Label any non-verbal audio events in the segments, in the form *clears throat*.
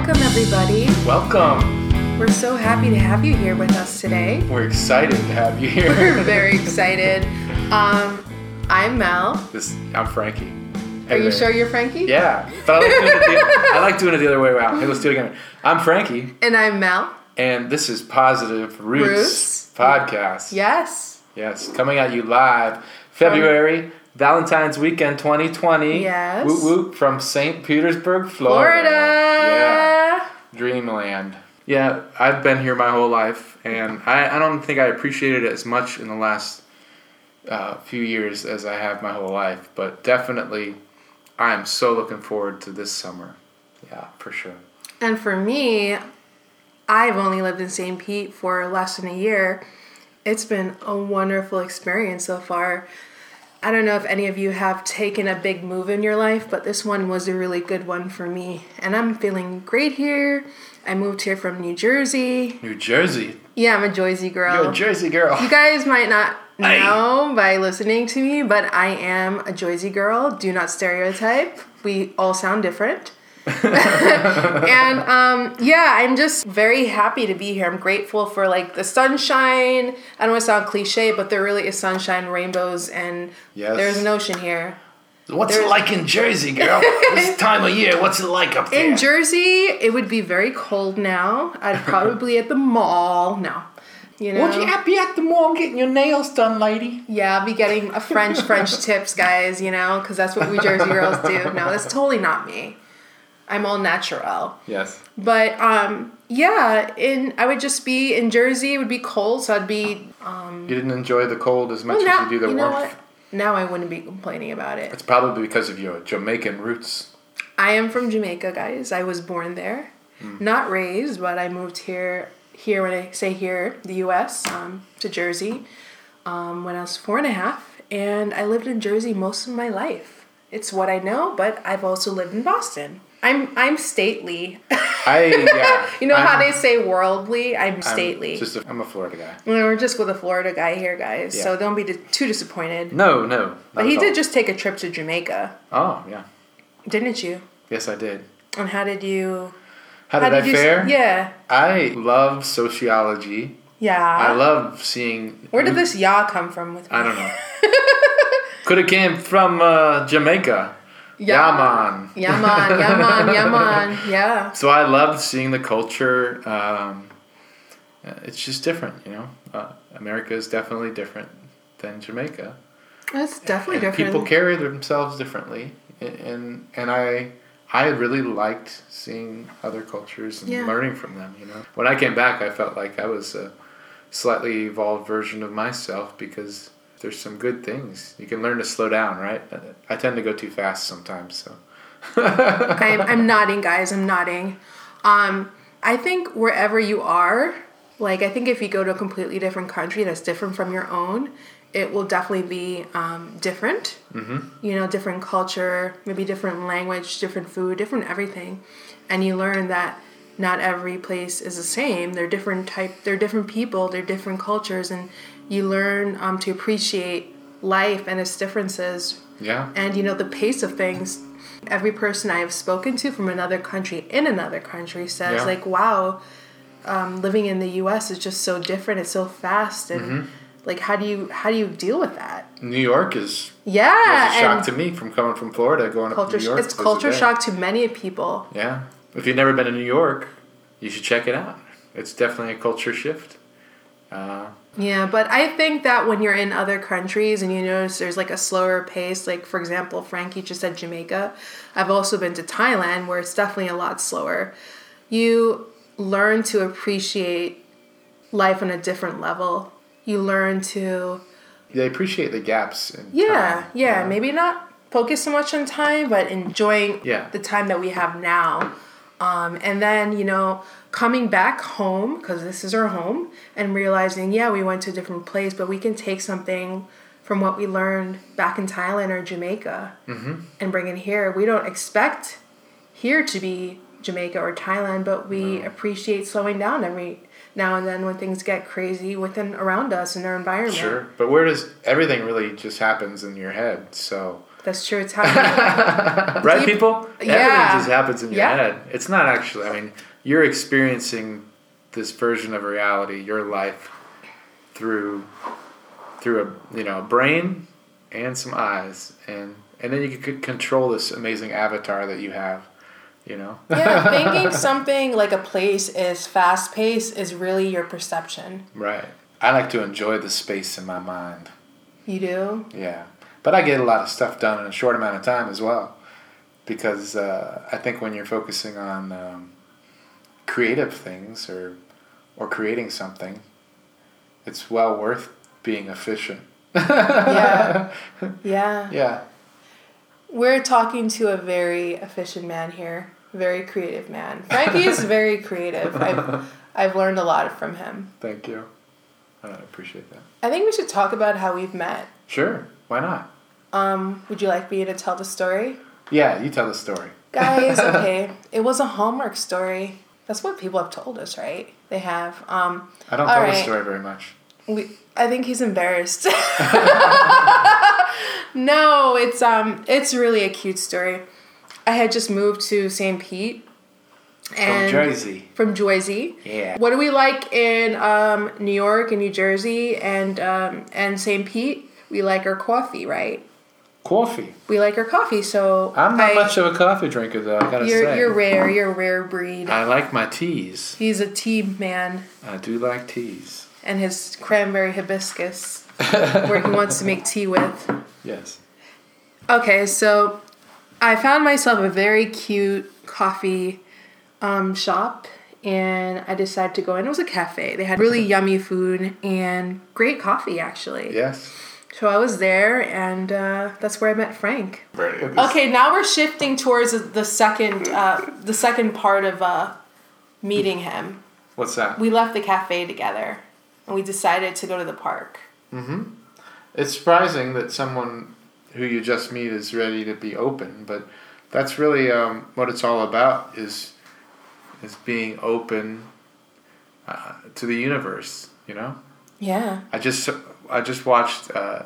everybody. Welcome. We're so happy to have you here with us today. We're excited to have you here. We're *clears throat* very excited. Um, I'm Mel. *laughs* This, I'm Frankie. Are Hey you there. sure you're Frankie? Yeah. But I like, doing it the, I like doing it the other way around. Hey, let's do it again. I'm Frankie, And I'm Mel. and this is Positive Roots, Roots. Podcast. Yes. Yes, coming at you live February, Valentine's Weekend 2020. Yes. Woot woot from St. Petersburg, Florida. Florida. Yeah. Dreamland. Yeah, I've been here my whole life, and I, I don't think I appreciated it as much in the last uh, few years as I have my whole life, but definitely I am so looking forward to this summer. Yeah, for sure. And for me, I've only lived in St. Pete for less than a year. It's been a wonderful experience so far. I don't know if any of you have taken a big move in your life, but this one was a really good one for me. And I'm feeling great here. I moved here from New Jersey. New Jersey. Yeah, I'm a Jersey girl. You're a Jersey girl. you guys might not Aye. know by listening to me, but I am a Jersey girl. Do not stereotype. We all sound different. and um, yeah, I'm just very happy to be here. I'm grateful for like the sunshine. I don't want to sound cliche, but there really is sunshine, rainbows, and Yes. there's an ocean here. *laughs* What's it like in Jersey, girl? *laughs* this time of year, what's it like up there? In Jersey, it would be very cold now. I'd probably at the mall. No, you know. Would you be at the mall getting your nails done, lady? Yeah, I'll be getting a French *laughs* French tips, guys. You know, because that's what we Jersey girls do. No, that's totally not me. I'm all natural. Yes. But um, yeah, in I would just be in Jersey. It would be cold, so I'd be um. You didn't enjoy the cold as much now, as you do the you know warmth. what? Now I wouldn't be complaining about it. It's probably because of your Jamaican roots. I am from Jamaica, guys. I was born there, Hmm. not raised, but I moved here. Here, when I say here, the U.S. Um, to Jersey, um, when I was four and a half, and I lived in Jersey most of my life. It's what I know, but I've also lived in Boston. I'm I'm stately. *laughs* I yeah. you know how I'm- they say worldly. I'm I'm stately. Just a, I'm a Florida guy. And We're just with a Florida guy here, guys. So Yeah. don't be di- too disappointed. No, no. not But he at did just take a trip to Jamaica, all. Oh yeah. didn't you? Yes, I did. And how did you? How How did, did I you? s- fare? Yeah. I love sociology. Yeah. I love seeing. Ah. Where did this ya come from with me? I don't *laughs* know. Could have came from uh, Jamaica. Yaman. Yaman, *laughs* Yaman, Yaman. Yeah. So I loved seeing the culture. Um, uh, it's just different, you know. Uh, America is definitely different than Jamaica. That's definitely and different. people carry themselves differently and, and and i i really liked seeing other cultures and Yeah. learning from them you know when i came back i felt like i was a slightly evolved version of myself because there's some good things you can learn to slow down right Uh, i tend to go too fast sometimes so I'm, I'm nodding, guys. I'm nodding. Um, I think wherever you are, like, I think if you go to a completely different country that's different from your own, it will definitely be um, different. Mm-hmm. You know, different culture, maybe different language, different food, different everything. And you learn that not every place is the same. They're different type. They're different people. They're different cultures, and you learn um, to appreciate life and its differences yeah and you know the pace of things every person i have spoken to from another country in another country says Yeah. like wow um, living in the us is just so different it's so fast and Mm-hmm. like how do you how do you deal with that new york is yeah was a shock and to me from coming from florida going up culture to new york it's was a culture day. shock to many people yeah if you've never been to new york you should check it out it's definitely a culture shift uh, Yeah, but I think that when you're in other countries and you notice there's like a slower pace, like for example, Frankie just said Jamaica. I've also been to Thailand where it's definitely a lot slower. You learn to appreciate life on a different level. You learn to, they appreciate the gaps in yeah, time. yeah, maybe not focus so much on time, but enjoying Yeah. the time that we have now. Um, and then, you know, coming back home, because this is our home, and realizing, yeah, we went to a different place, but we can take something from what we learned back in Thailand or Jamaica Mm-hmm. and bring it here. We don't expect here to be Jamaica or Thailand, but we appreciate slowing down every now and then when things get crazy within around us in our environment. sure but where does everything really just happens in your head so That's true. It's happening. right people Yeah. everything just happens in your Yeah. head it's not actually i mean you're experiencing this version of reality, your life, through through a you know a brain and some eyes, and and then you could control this amazing avatar that you have, *laughs* you know. yeah, thinking something like a place is fast paced is really your perception. Right. I like to enjoy the space in my mind. You do? Yeah. But I get a lot of stuff done in a short amount of time as well. Because uh, I think when you're focusing on um, creative things or, or creating something, it's well worth being efficient. Yeah. Yeah. Yeah. We're talking to a very efficient man here, very creative man. Frankie is very creative. I've, I've learned a lot from him. Thank you. I appreciate that. I think we should talk about how we've met. Sure. Why not? Um, would you like me to tell the story? Yeah, you tell the story. Guys, okay. It was a homework story. That's what people have told us, right? They have. Um, I don't All tell the right. story very much. we, I think he's embarrassed. *laughs* no, it's um, it's really a cute story. I had just moved to St. Pete. And Jersey. From Jersey. Yeah. What do we like in um, New York and New Jersey and um, and St. Pete? We like our coffee, right? Coffee. We like our coffee. So I'm not I- much of a coffee drinker, though, I gotta You're say. you're rare. You're a rare breed. I like my teas. He's a tea man I do like teas. and his cranberry *laughs* hibiscus, where he wants to make tea with. Yes. Okay, so I found myself a very cute coffee um, shop and I decided to go in. It was a cafe. They had really yummy food and great coffee, actually. Yes. So I was there and uh, that's where I met Frank. Right. Okay, now we're shifting towards the second, uh, the second part of uh, meeting him. What's that? We left the cafe together and we decided to go to the park. it's surprising that someone who you just meet is ready to be open, but that's really um, what it's all about is is being open uh, to the universe. You know, Yeah. I just I just watched uh,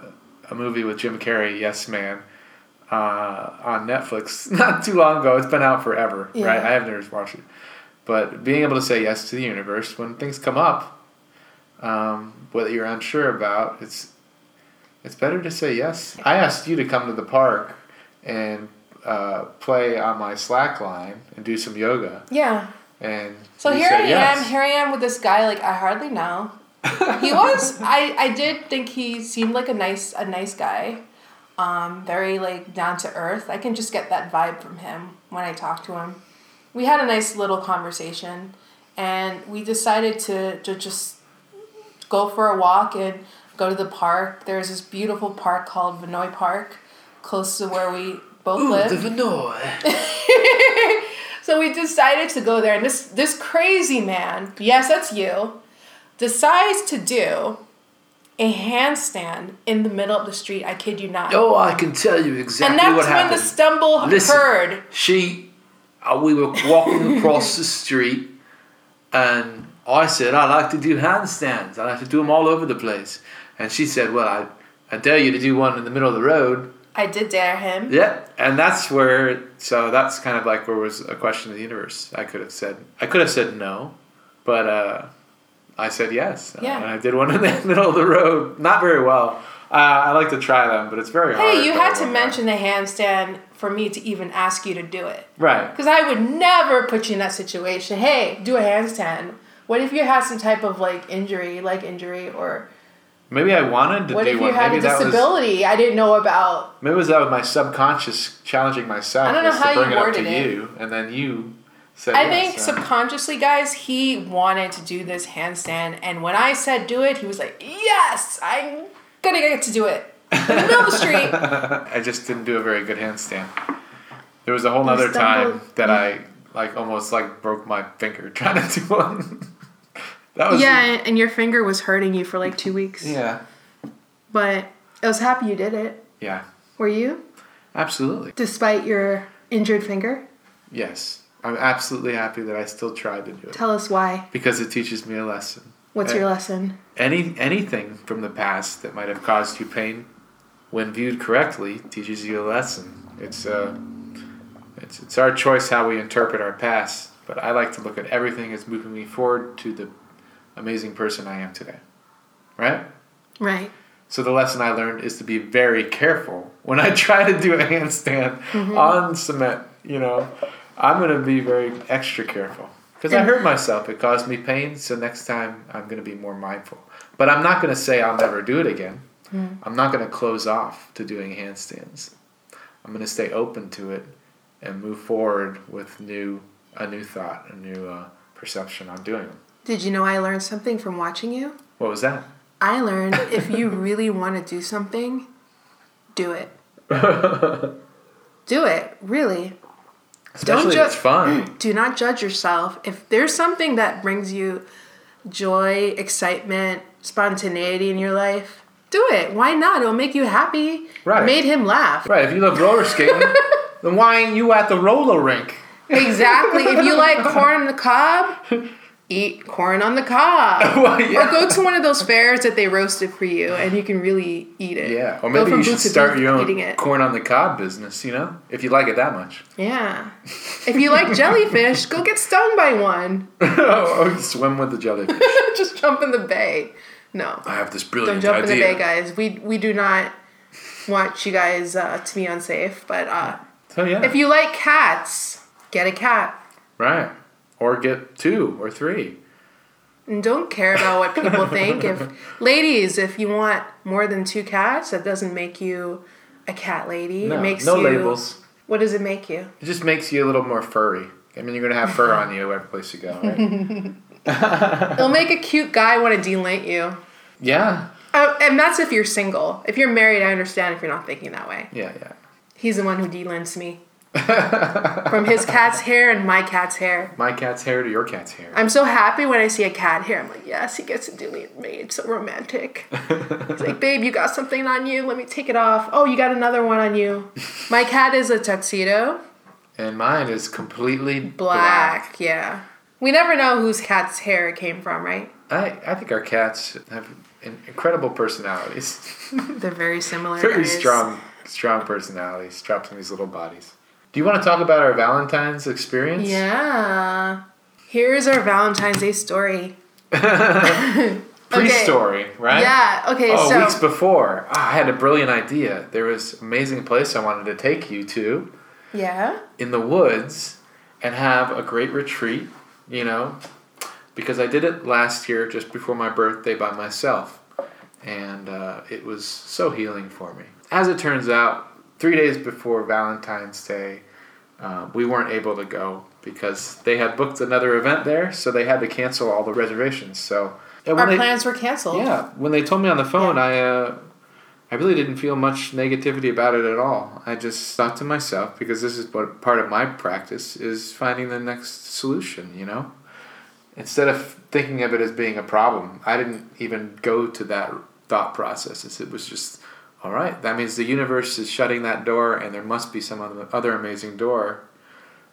a movie with Jim Carrey, Yes Man, uh, on Netflix *laughs* not too long ago. It's been out forever, Yeah. right? I have never watched it, but being able to say yes to the universe when things come up, um, what you're unsure about, it's it's better to say yes. I asked you to come to the park and uh, play on my slack line and do some yoga, Yeah. and So you here said I yes. am. Here I am with this guy. Like I hardly know. *laughs* He was. I I did think he seemed like a nice a nice guy. Um, very like down to earth. I can just get that vibe from him when I talk to him. We had a nice little conversation, and we decided to to just go for a walk and go to the park. There's this beautiful park called Vinoy Park, close to where we both live. Vinoy. So we decided to go there, and this this crazy man, yes, that's you, decides to do a handstand in the middle of the street. I kid you not. Oh, I can tell you exactly and that's what when happened. the stumble Listen. occurred. she uh, we were walking across the street and i said i like to do handstands i like to do them all over the place and she said well i, I dare you to do one in the middle of the road I did dare him. yeah and that's where so that's kind of like where was a question of the universe i could have said i could have said no but uh, i said yes Yeah. and i did one in the *laughs* middle of the road not very well uh, i like to try them but it's very hard Hey, you but had to I won't- mention the handstand for me to even ask you to do it. right Because I would never put you in that situation. Hey, do a handstand. What if you had some type of like injury, leg injury, or maybe i wanted to what do if you one had maybe a that was disability I didn't know about? Maybe it was that with my subconscious challenging myself I don't know was how to you bring it up worded to it. you, and then you said. I yes, think so- subconsciously, guys, he wanted to do this handstand, and when I said do it, he was like, "Yes, I'm gonna get to do it in the middle of the street." *laughs* I just didn't do a very good handstand. There was a whole other time stumbled. that I like almost like broke my finger *laughs* trying to do one. that *laughs* was Yeah, and your finger was hurting you for like two weeks. yeah, But I was happy you did it. yeah, Were you, absolutely. despite your injured finger? Yes, I'm absolutely happy that I still tried to do it Tell us why. because it teaches me a lesson. What's Hey. your lesson? Any anything from the past that might have caused you pain, when viewed correctly, teaches you a lesson. It's uh, it's it's our choice how we interpret our past. But I like to look at everything as moving me forward to the amazing person I am today. Right? Right. So the lesson I learned is to be very careful when I *laughs* try to do a handstand on cement. You know, I'm going to be very extra careful because I hurt myself. It caused me pain. So next time I'm going to be more mindful. But I'm not going to say I'll never do it again. I'm not going to close off to doing handstands. I'm going to stay open to it and move forward with new a new thought, a new uh, perception on doing them. Did you know I learned something from watching you? What was that? I *laughs* learned if you really want to do something, do *laughs* it. do it, really. Especially ju- if it's fun. Do not judge yourself. If there's something that brings you joy, excitement, spontaneity in your life, do it. Why not? It'll make you happy. Right. Made him laugh. Right, *laughs* if you love *laughs* roller skating, then why ain't you at the roller rink? *laughs* Exactly. if you like corn on the cob, eat corn on the cob. *laughs* Well, Or yeah. go to one of those fairs that they roasted for you, and you can really eat it. yeah, or Go maybe from you should booth to start booth your eating own it. corn on the cob business, you know? If you like it that much. *laughs* Yeah. If you like jellyfish, go get stung by *laughs* one. or you swim with the jellyfish. Just jump in the bay. No. I have this Don't brilliant jump in the idea. bay, guys. We we do not want you guys uh, to be unsafe. But uh, so Oh, yeah, if you like cats, get a cat. right. Or get two or three. And don't care about what *laughs* people think. If ladies, if you want more than two cats, that doesn't make you a cat lady. No, it makes no you, labels. What does it make you? It just makes you a little more furry. I mean, you're gonna have fur on you every place you go, *laughs* right? It'll make a cute guy want to delete you. yeah, Oh, and that's if you're single. If you're married, I understand if you're not thinking that way. yeah, yeah. He's the one who delimps *laughs* me. From his cat's hair and my cat's hair. My cat's hair to your cat's hair. I'm so happy when I see a cat hair. I'm like, yes, he gets to delete me. It's so romantic. It's like, babe, you got something on you. Let me take it off. Oh, you got another one on *laughs* you. My cat is a tuxedo. and mine is completely black. Black, yeah. We never know whose cat's hair it came from, right? I, I think our cats have in- incredible personalities. They're very similar. Very guys. strong, strong personalities trapped in these little bodies. Do you want to talk about our Valentine's experience? Yeah. Here's our Valentine's Day story. Pre-story, right? Yeah. Okay. Oh, so weeks before, ah, I had a brilliant idea. There was an amazing place I wanted to take you to yeah. in the woods and have a great retreat, you know, because I did it last year just before my birthday by myself. And uh, it was so healing for me. As it turns out, three days before Valentine's Day, uh, we weren't able to go because they had booked another event there, so they had to cancel all the reservations. So and Our when they- plans were canceled. yeah, when they told me on the phone, I uh, I really didn't feel much negativity about it at all. I just thought to myself because this is what part of my practice is finding the next solution. You know, instead of thinking of it as being a problem, I didn't even go to that thought process. It's- It was just all right. That means the universe is shutting that door, and there must be some other- other amazing door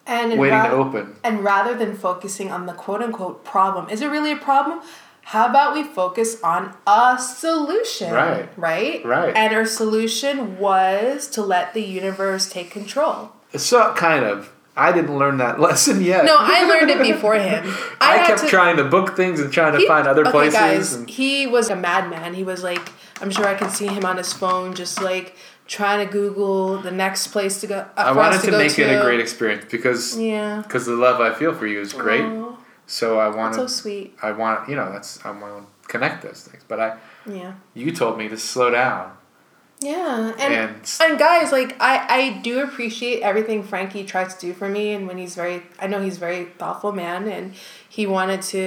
And in waiting ra- to open. And rather than focusing on the quote unquote problem, is it really a problem? How about we focus on a solution? Right. Right? Right. And our solution was to let the universe take control. So kind of. I didn't learn that *laughs* lesson yet. No, I learned *laughs* it before him. I, had kept to- trying to book things and trying to He- find other okay, places. Guys, and, He was a madman. He was like, I'm sure I can see him on his phone, just like trying to Google the next place to go. Uh, I for wanted us to, go make it to. a great experience because Yeah. because the love I feel for you is great. Aw, So I wanted so sweet. I want you know that's I want to connect those things. But I Yeah. you told me to slow down Yeah, and and, and, guys, like I I do appreciate everything Frankie tries to do for me, and when he's very, I know he's a very thoughtful man, and he wanted to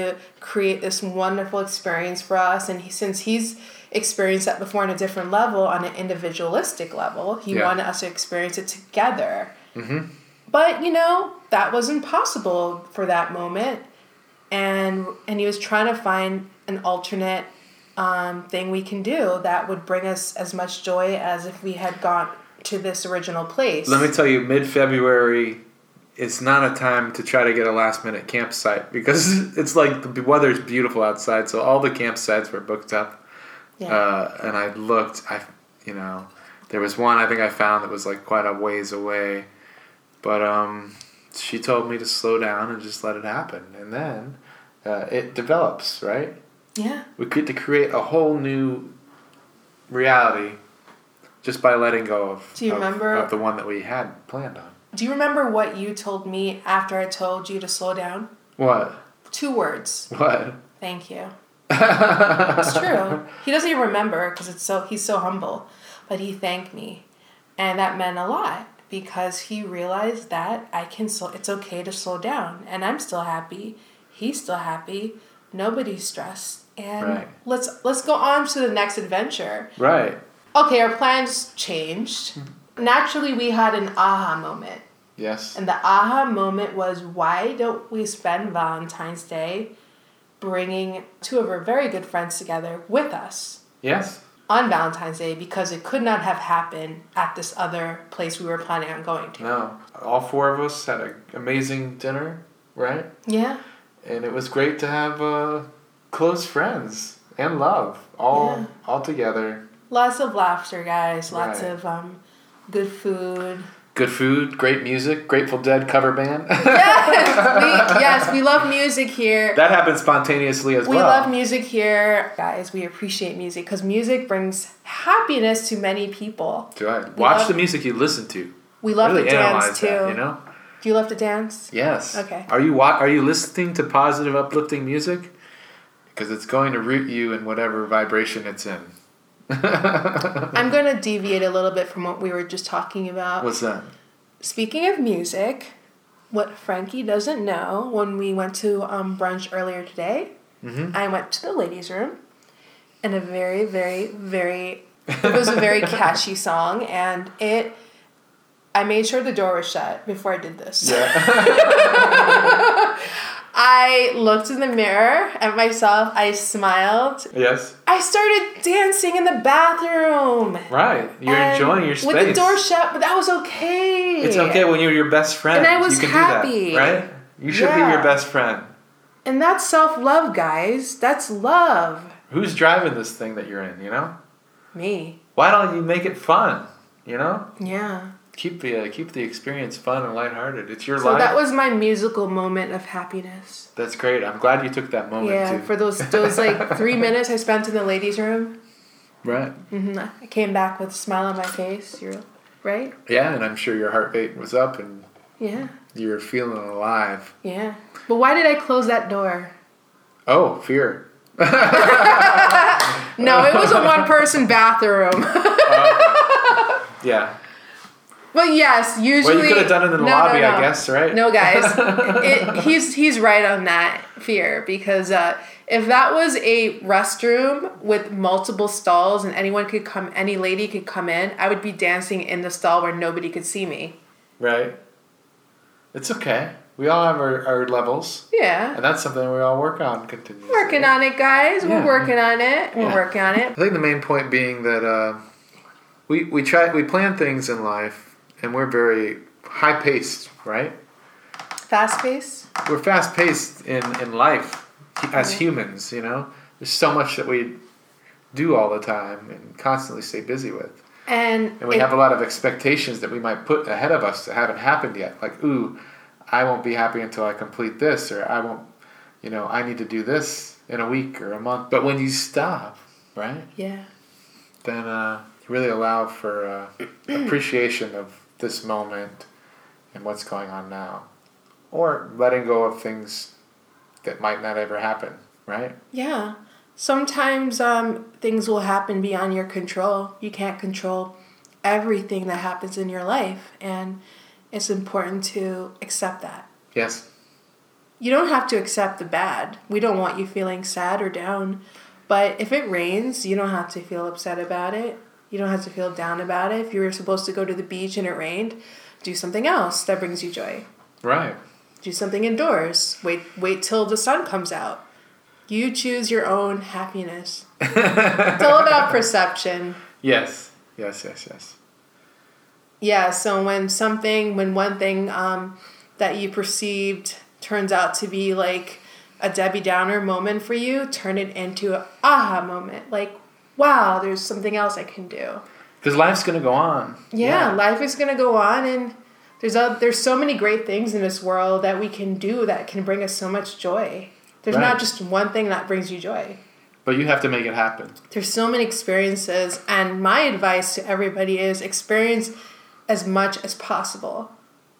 create this wonderful experience for us, and he since he's experienced that before on a different level, on an individualistic level, he Yeah. wanted us to experience it together. Mm-hmm. But you know that was impossible for that moment, and and he was trying to find an alternate um, thing we can do that would bring us as much joy as if we had gone to this original place. let me tell you, mid February is not a time to try to get a last minute campsite because *laughs* it's like the weather's beautiful outside, so all the campsites were booked up. yeah. uh, and I looked. I, you know, there was one I think I found that was like quite a ways away, but um, she told me to slow down and just let it happen. And then uh, it develops, right? Yeah. We get to create a whole new reality just by letting go of, Do you of- remember- of the one that we had planned on. Do you remember what you told me after I told you to slow down? What? Two words. What? Thank you. It's true. he doesn't even remember because it's so he's so humble, but he thanked me, and that meant a lot because he realized that I can. Slow, it's okay to slow down, and I'm still happy. He's still happy. Nobody's stressed, and Right. let's let's go on to the next adventure. *laughs* right. Okay, our plans changed. Naturally, we had an aha moment. Yes. And the aha moment was why don't we spend Valentine's Day bringing two of our very good friends together with us Yes. on Valentine's Day because it could not have happened at this other place we were planning on going to. No. All four of us had an amazing dinner, right? Yeah. And it was great to have uh, close friends and love all Yeah. all together. Lots of laughter, guys. Lots Right. of um, good food. Good food, great music, Grateful Dead cover band. *laughs* Yes, we, yes, we love music here. that happened spontaneously as We well. love music here, guys. We appreciate music because music brings happiness to many people. Do I watch love- the music you listen to? We love really to dance analyze too. that, you know? Do you love to dance? Yes. Okay. Are you wa- are you listening to positive, uplifting music? Because it's going to root you in whatever vibration it's in. *laughs* I'm going to deviate a little bit from what we were just talking about. *laughs* What's that? Speaking of music, what Frankie doesn't know, when we went to um, brunch earlier today, Mm-hmm. I went to the ladies' room, and a very, very, very it was a *laughs* very catchy song, and it. I made sure the door was shut before I did this. Yeah. *laughs* I looked in the mirror at myself. I smiled. yes. I started dancing in the bathroom. Right. You're And enjoying your space. With the door shut, but that was okay. It's okay when you're your best friend. And I was you can Do happy. that, right? You should Yeah. be your best friend. And that's self love, guys. That's love. Who's driving this thing that you're in? You know? Me. Why don't you make it fun? You know? Yeah. Keep the uh, keep the experience fun and lighthearted. It's your So life. that was my musical moment of happiness. That's great. I'm glad you took that moment yeah, too. for those those *laughs* like three minutes I spent in the ladies' room, right. hmm I came back with a smile on my face. You're right. Yeah, and I'm sure your heart rate was up and Yeah, you're feeling alive. yeah. But why did I close that door? Oh, fear. *laughs* No, it was a one person bathroom. *laughs* Yeah. but yes, usually. Well, you could have done it in the No, no, lobby, I no. guess, right? No, guys, *laughs* it, he's he's right on that fear because uh, if that was a restroom with multiple stalls and anyone could come, any lady could come in, I would be dancing in the stall where nobody could see me. Right. It's okay. We all have our, our levels, Yeah, and that's something we all work on continuously. working on it, guys. Yeah. We're working on it. We're Yeah. working on I it. think the main point being that uh, we we try we plan things in life, and we're very high paced, right? Fast pace. We're fast paced in in life as Mm-hmm. humans. You know, there's so much that we do all the time and constantly stay busy with. And, And we it- have a lot of expectations that we might put ahead of us that haven't happened yet. Like, ooh, I won't be happy until I complete this, or I won't, you know, I need to do this in a week or a month. But when you stop, right, yeah. then uh, you really allow for uh, appreciation of this moment and what's going on now. Or letting go of things that might not ever happen, right? Yeah. Sometimes um, things will happen beyond your control. You can't control everything that happens in your life, and it's important to accept that. Yes. You don't have to accept the bad. We don't want you feeling sad or down, but if it rains, you don't have to feel upset about it. You don't have to feel down about it. If you were supposed to go to the beach and it rained, do something else that brings you joy Right. do something indoors wait wait till the sun comes out you choose your own happiness it's all about perception Yes. Yes, yes, yes. yeah so when something when one thing um, that you perceived turns out to be like a debbie downer moment for you turn it into a aha moment like wow there's something else i can do Because life's going to go on. yeah, life is gonna go on and There's a, there's so many great things in this world that we can do that can bring us so much joy. There's Right. not just one thing that brings you joy. But you have to make it happen. There's so many experiences, and my advice to everybody is experience as much as possible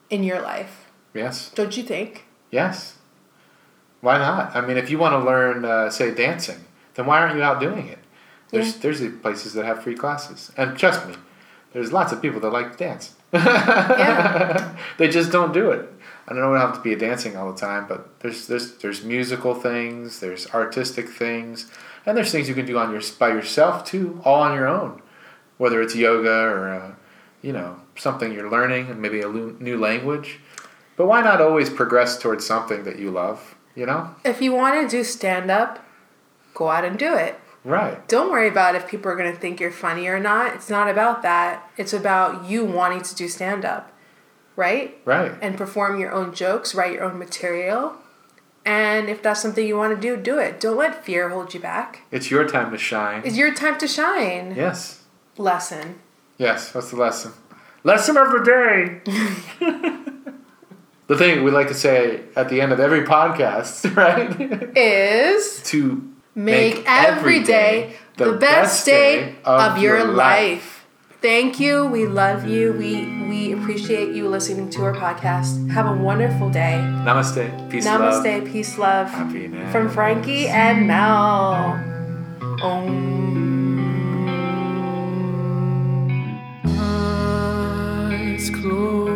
in your life. Yes. Don't you think? Yes. Why not? I mean, if you want to learn, uh, say, dancing, then why aren't you out doing it? There's there's places that have free classes, and trust me, there's lots of people that like to dance. *laughs* they just don't do it. I don't have to be a dancing all the time, but there's there's there's musical things, there's artistic things, and there's things you can do on your by yourself too, all on your own. Whether it's yoga or uh, you know something you're learning, and maybe a lu- new language. But why not always progress towards something that you love? You know, If you want to do stand up, go out and do it. right? Don't worry about if people are going to think you're funny or not. It's not about that. It's about you wanting to do stand up, right? Right. And perform your own jokes, write your own material. And if that's something you want to do, do it. Don't let fear hold you back. It's your time to shine. It's your time to shine. Yes. Lesson. Yes, that's the lesson. Lesson of the *laughs* day. the thing we like to say at the end of every podcast, *laughs* right? Is to make, every day the best day of your life. Thank you. We love you. We we appreciate you listening to our podcast. Have a wonderful day. Namaste. Peace, love, Namaste, peace, love. happiness. From Frankie and Mel. Om. eyes closed.